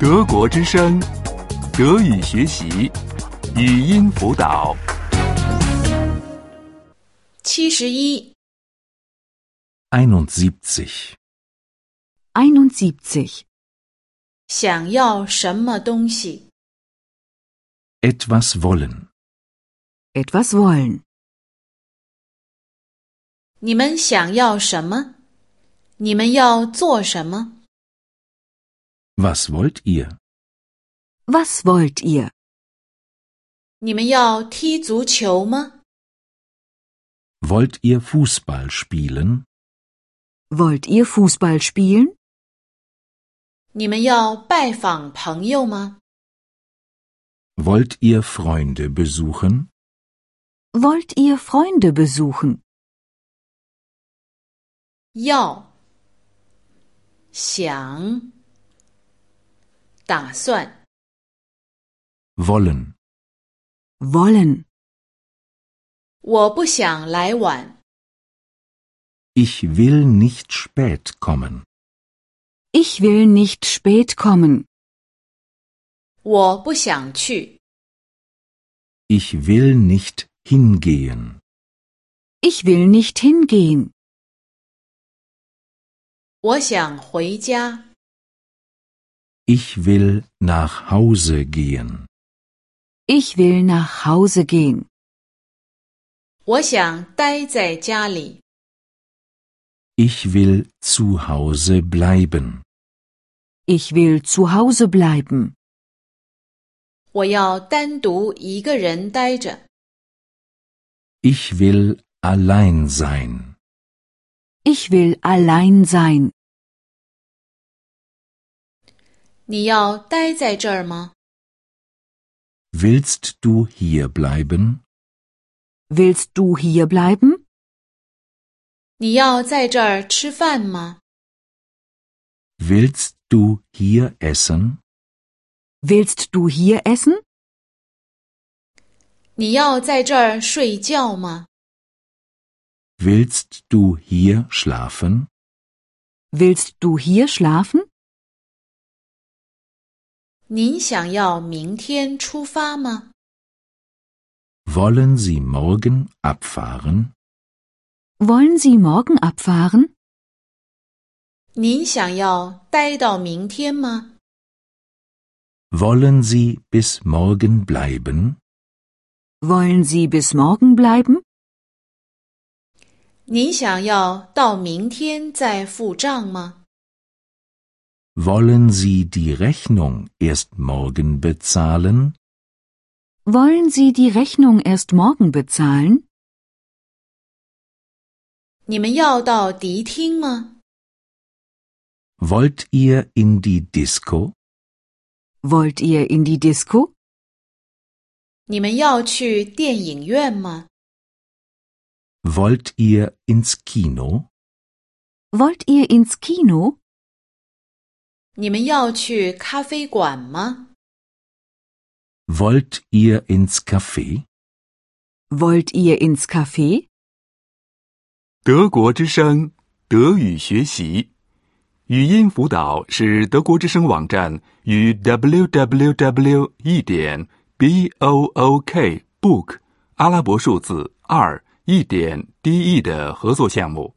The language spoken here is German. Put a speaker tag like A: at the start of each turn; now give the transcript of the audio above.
A: 德国之声，德语学习，语音辅导。
B: 七十一，
C: 71.
D: 71.
B: 想要什么东西？
C: Etwas wollen.
D: Etwas wollen.
B: 你们想要什么？你们要做什么？
C: Was wollt ihr?
D: Was wollt ihr?
B: 你们要踢足球吗？
C: Wollt ihr Fußball spielen?
D: Wollt ihr Fußball spielen?
B: 你们要拜访朋友吗？
C: Wollt ihr Freunde besuchen?
D: Wollt ihr Freunde besuchen?
B: 要，想，打算
C: Wollen.
D: Wollen.
B: 我不想来晚，
C: Ich will nicht spät kommen.
D: Ich will nicht spät kommen.
B: 我不想去，
C: Ich will nicht hingehen.
D: Ich will nicht hingehen.
B: 我想回家，
C: Ich will nach Hause gehen.
D: Ich will nach Hause gehen.
B: 我想待在家里，
C: Ich will zu Hause bleiben.
D: Ich will zu Hause bleiben.
B: 我要单独一个人待着，
C: Ich will allein sein.
D: Ich will allein sein.
B: 你要待在这儿吗？
C: Willst du hier bleiben?
D: Willst du hier bleiben?
B: 你要在这儿吃饭吗？
C: Willst du hier essen?
D: Willst du hier essen?
B: 你要在这儿睡觉吗？
C: Willst du hier schlafen?
D: Willst du hier schlafen?
B: 您想要明天出发吗？
C: Wollen Sie morgen abfahren?
D: Wollen Sie morgen abfahren?
B: 您想要待到明天吗？
C: Wollen Sie bis morgen bleiben?
D: Wollen Sie bis morgen bleiben?
B: 您想要到明天再付账吗？
C: Wollen Sie die Rechnung erst morgen bezahlen?
D: Wollen Sie die Rechnung erst morgen bezahlen?
B: 你们要到迪厅吗？
C: Wollt ihr in die Disco?
D: Wollt ihr in die Disco?
B: 你们要去电影院吗？
C: Wollt ihr ins Kino?
D: Wollt ihr ins Kino?
B: 你们要去咖啡馆吗？
C: Wollt ihr ins Café?
D: Wollt ihr ins Café?
A: 德国之声，德语学习，语音辅导是德国之声网站与 www. 一点 b o o k book 阿拉伯数字二一点 d e 的合作项目。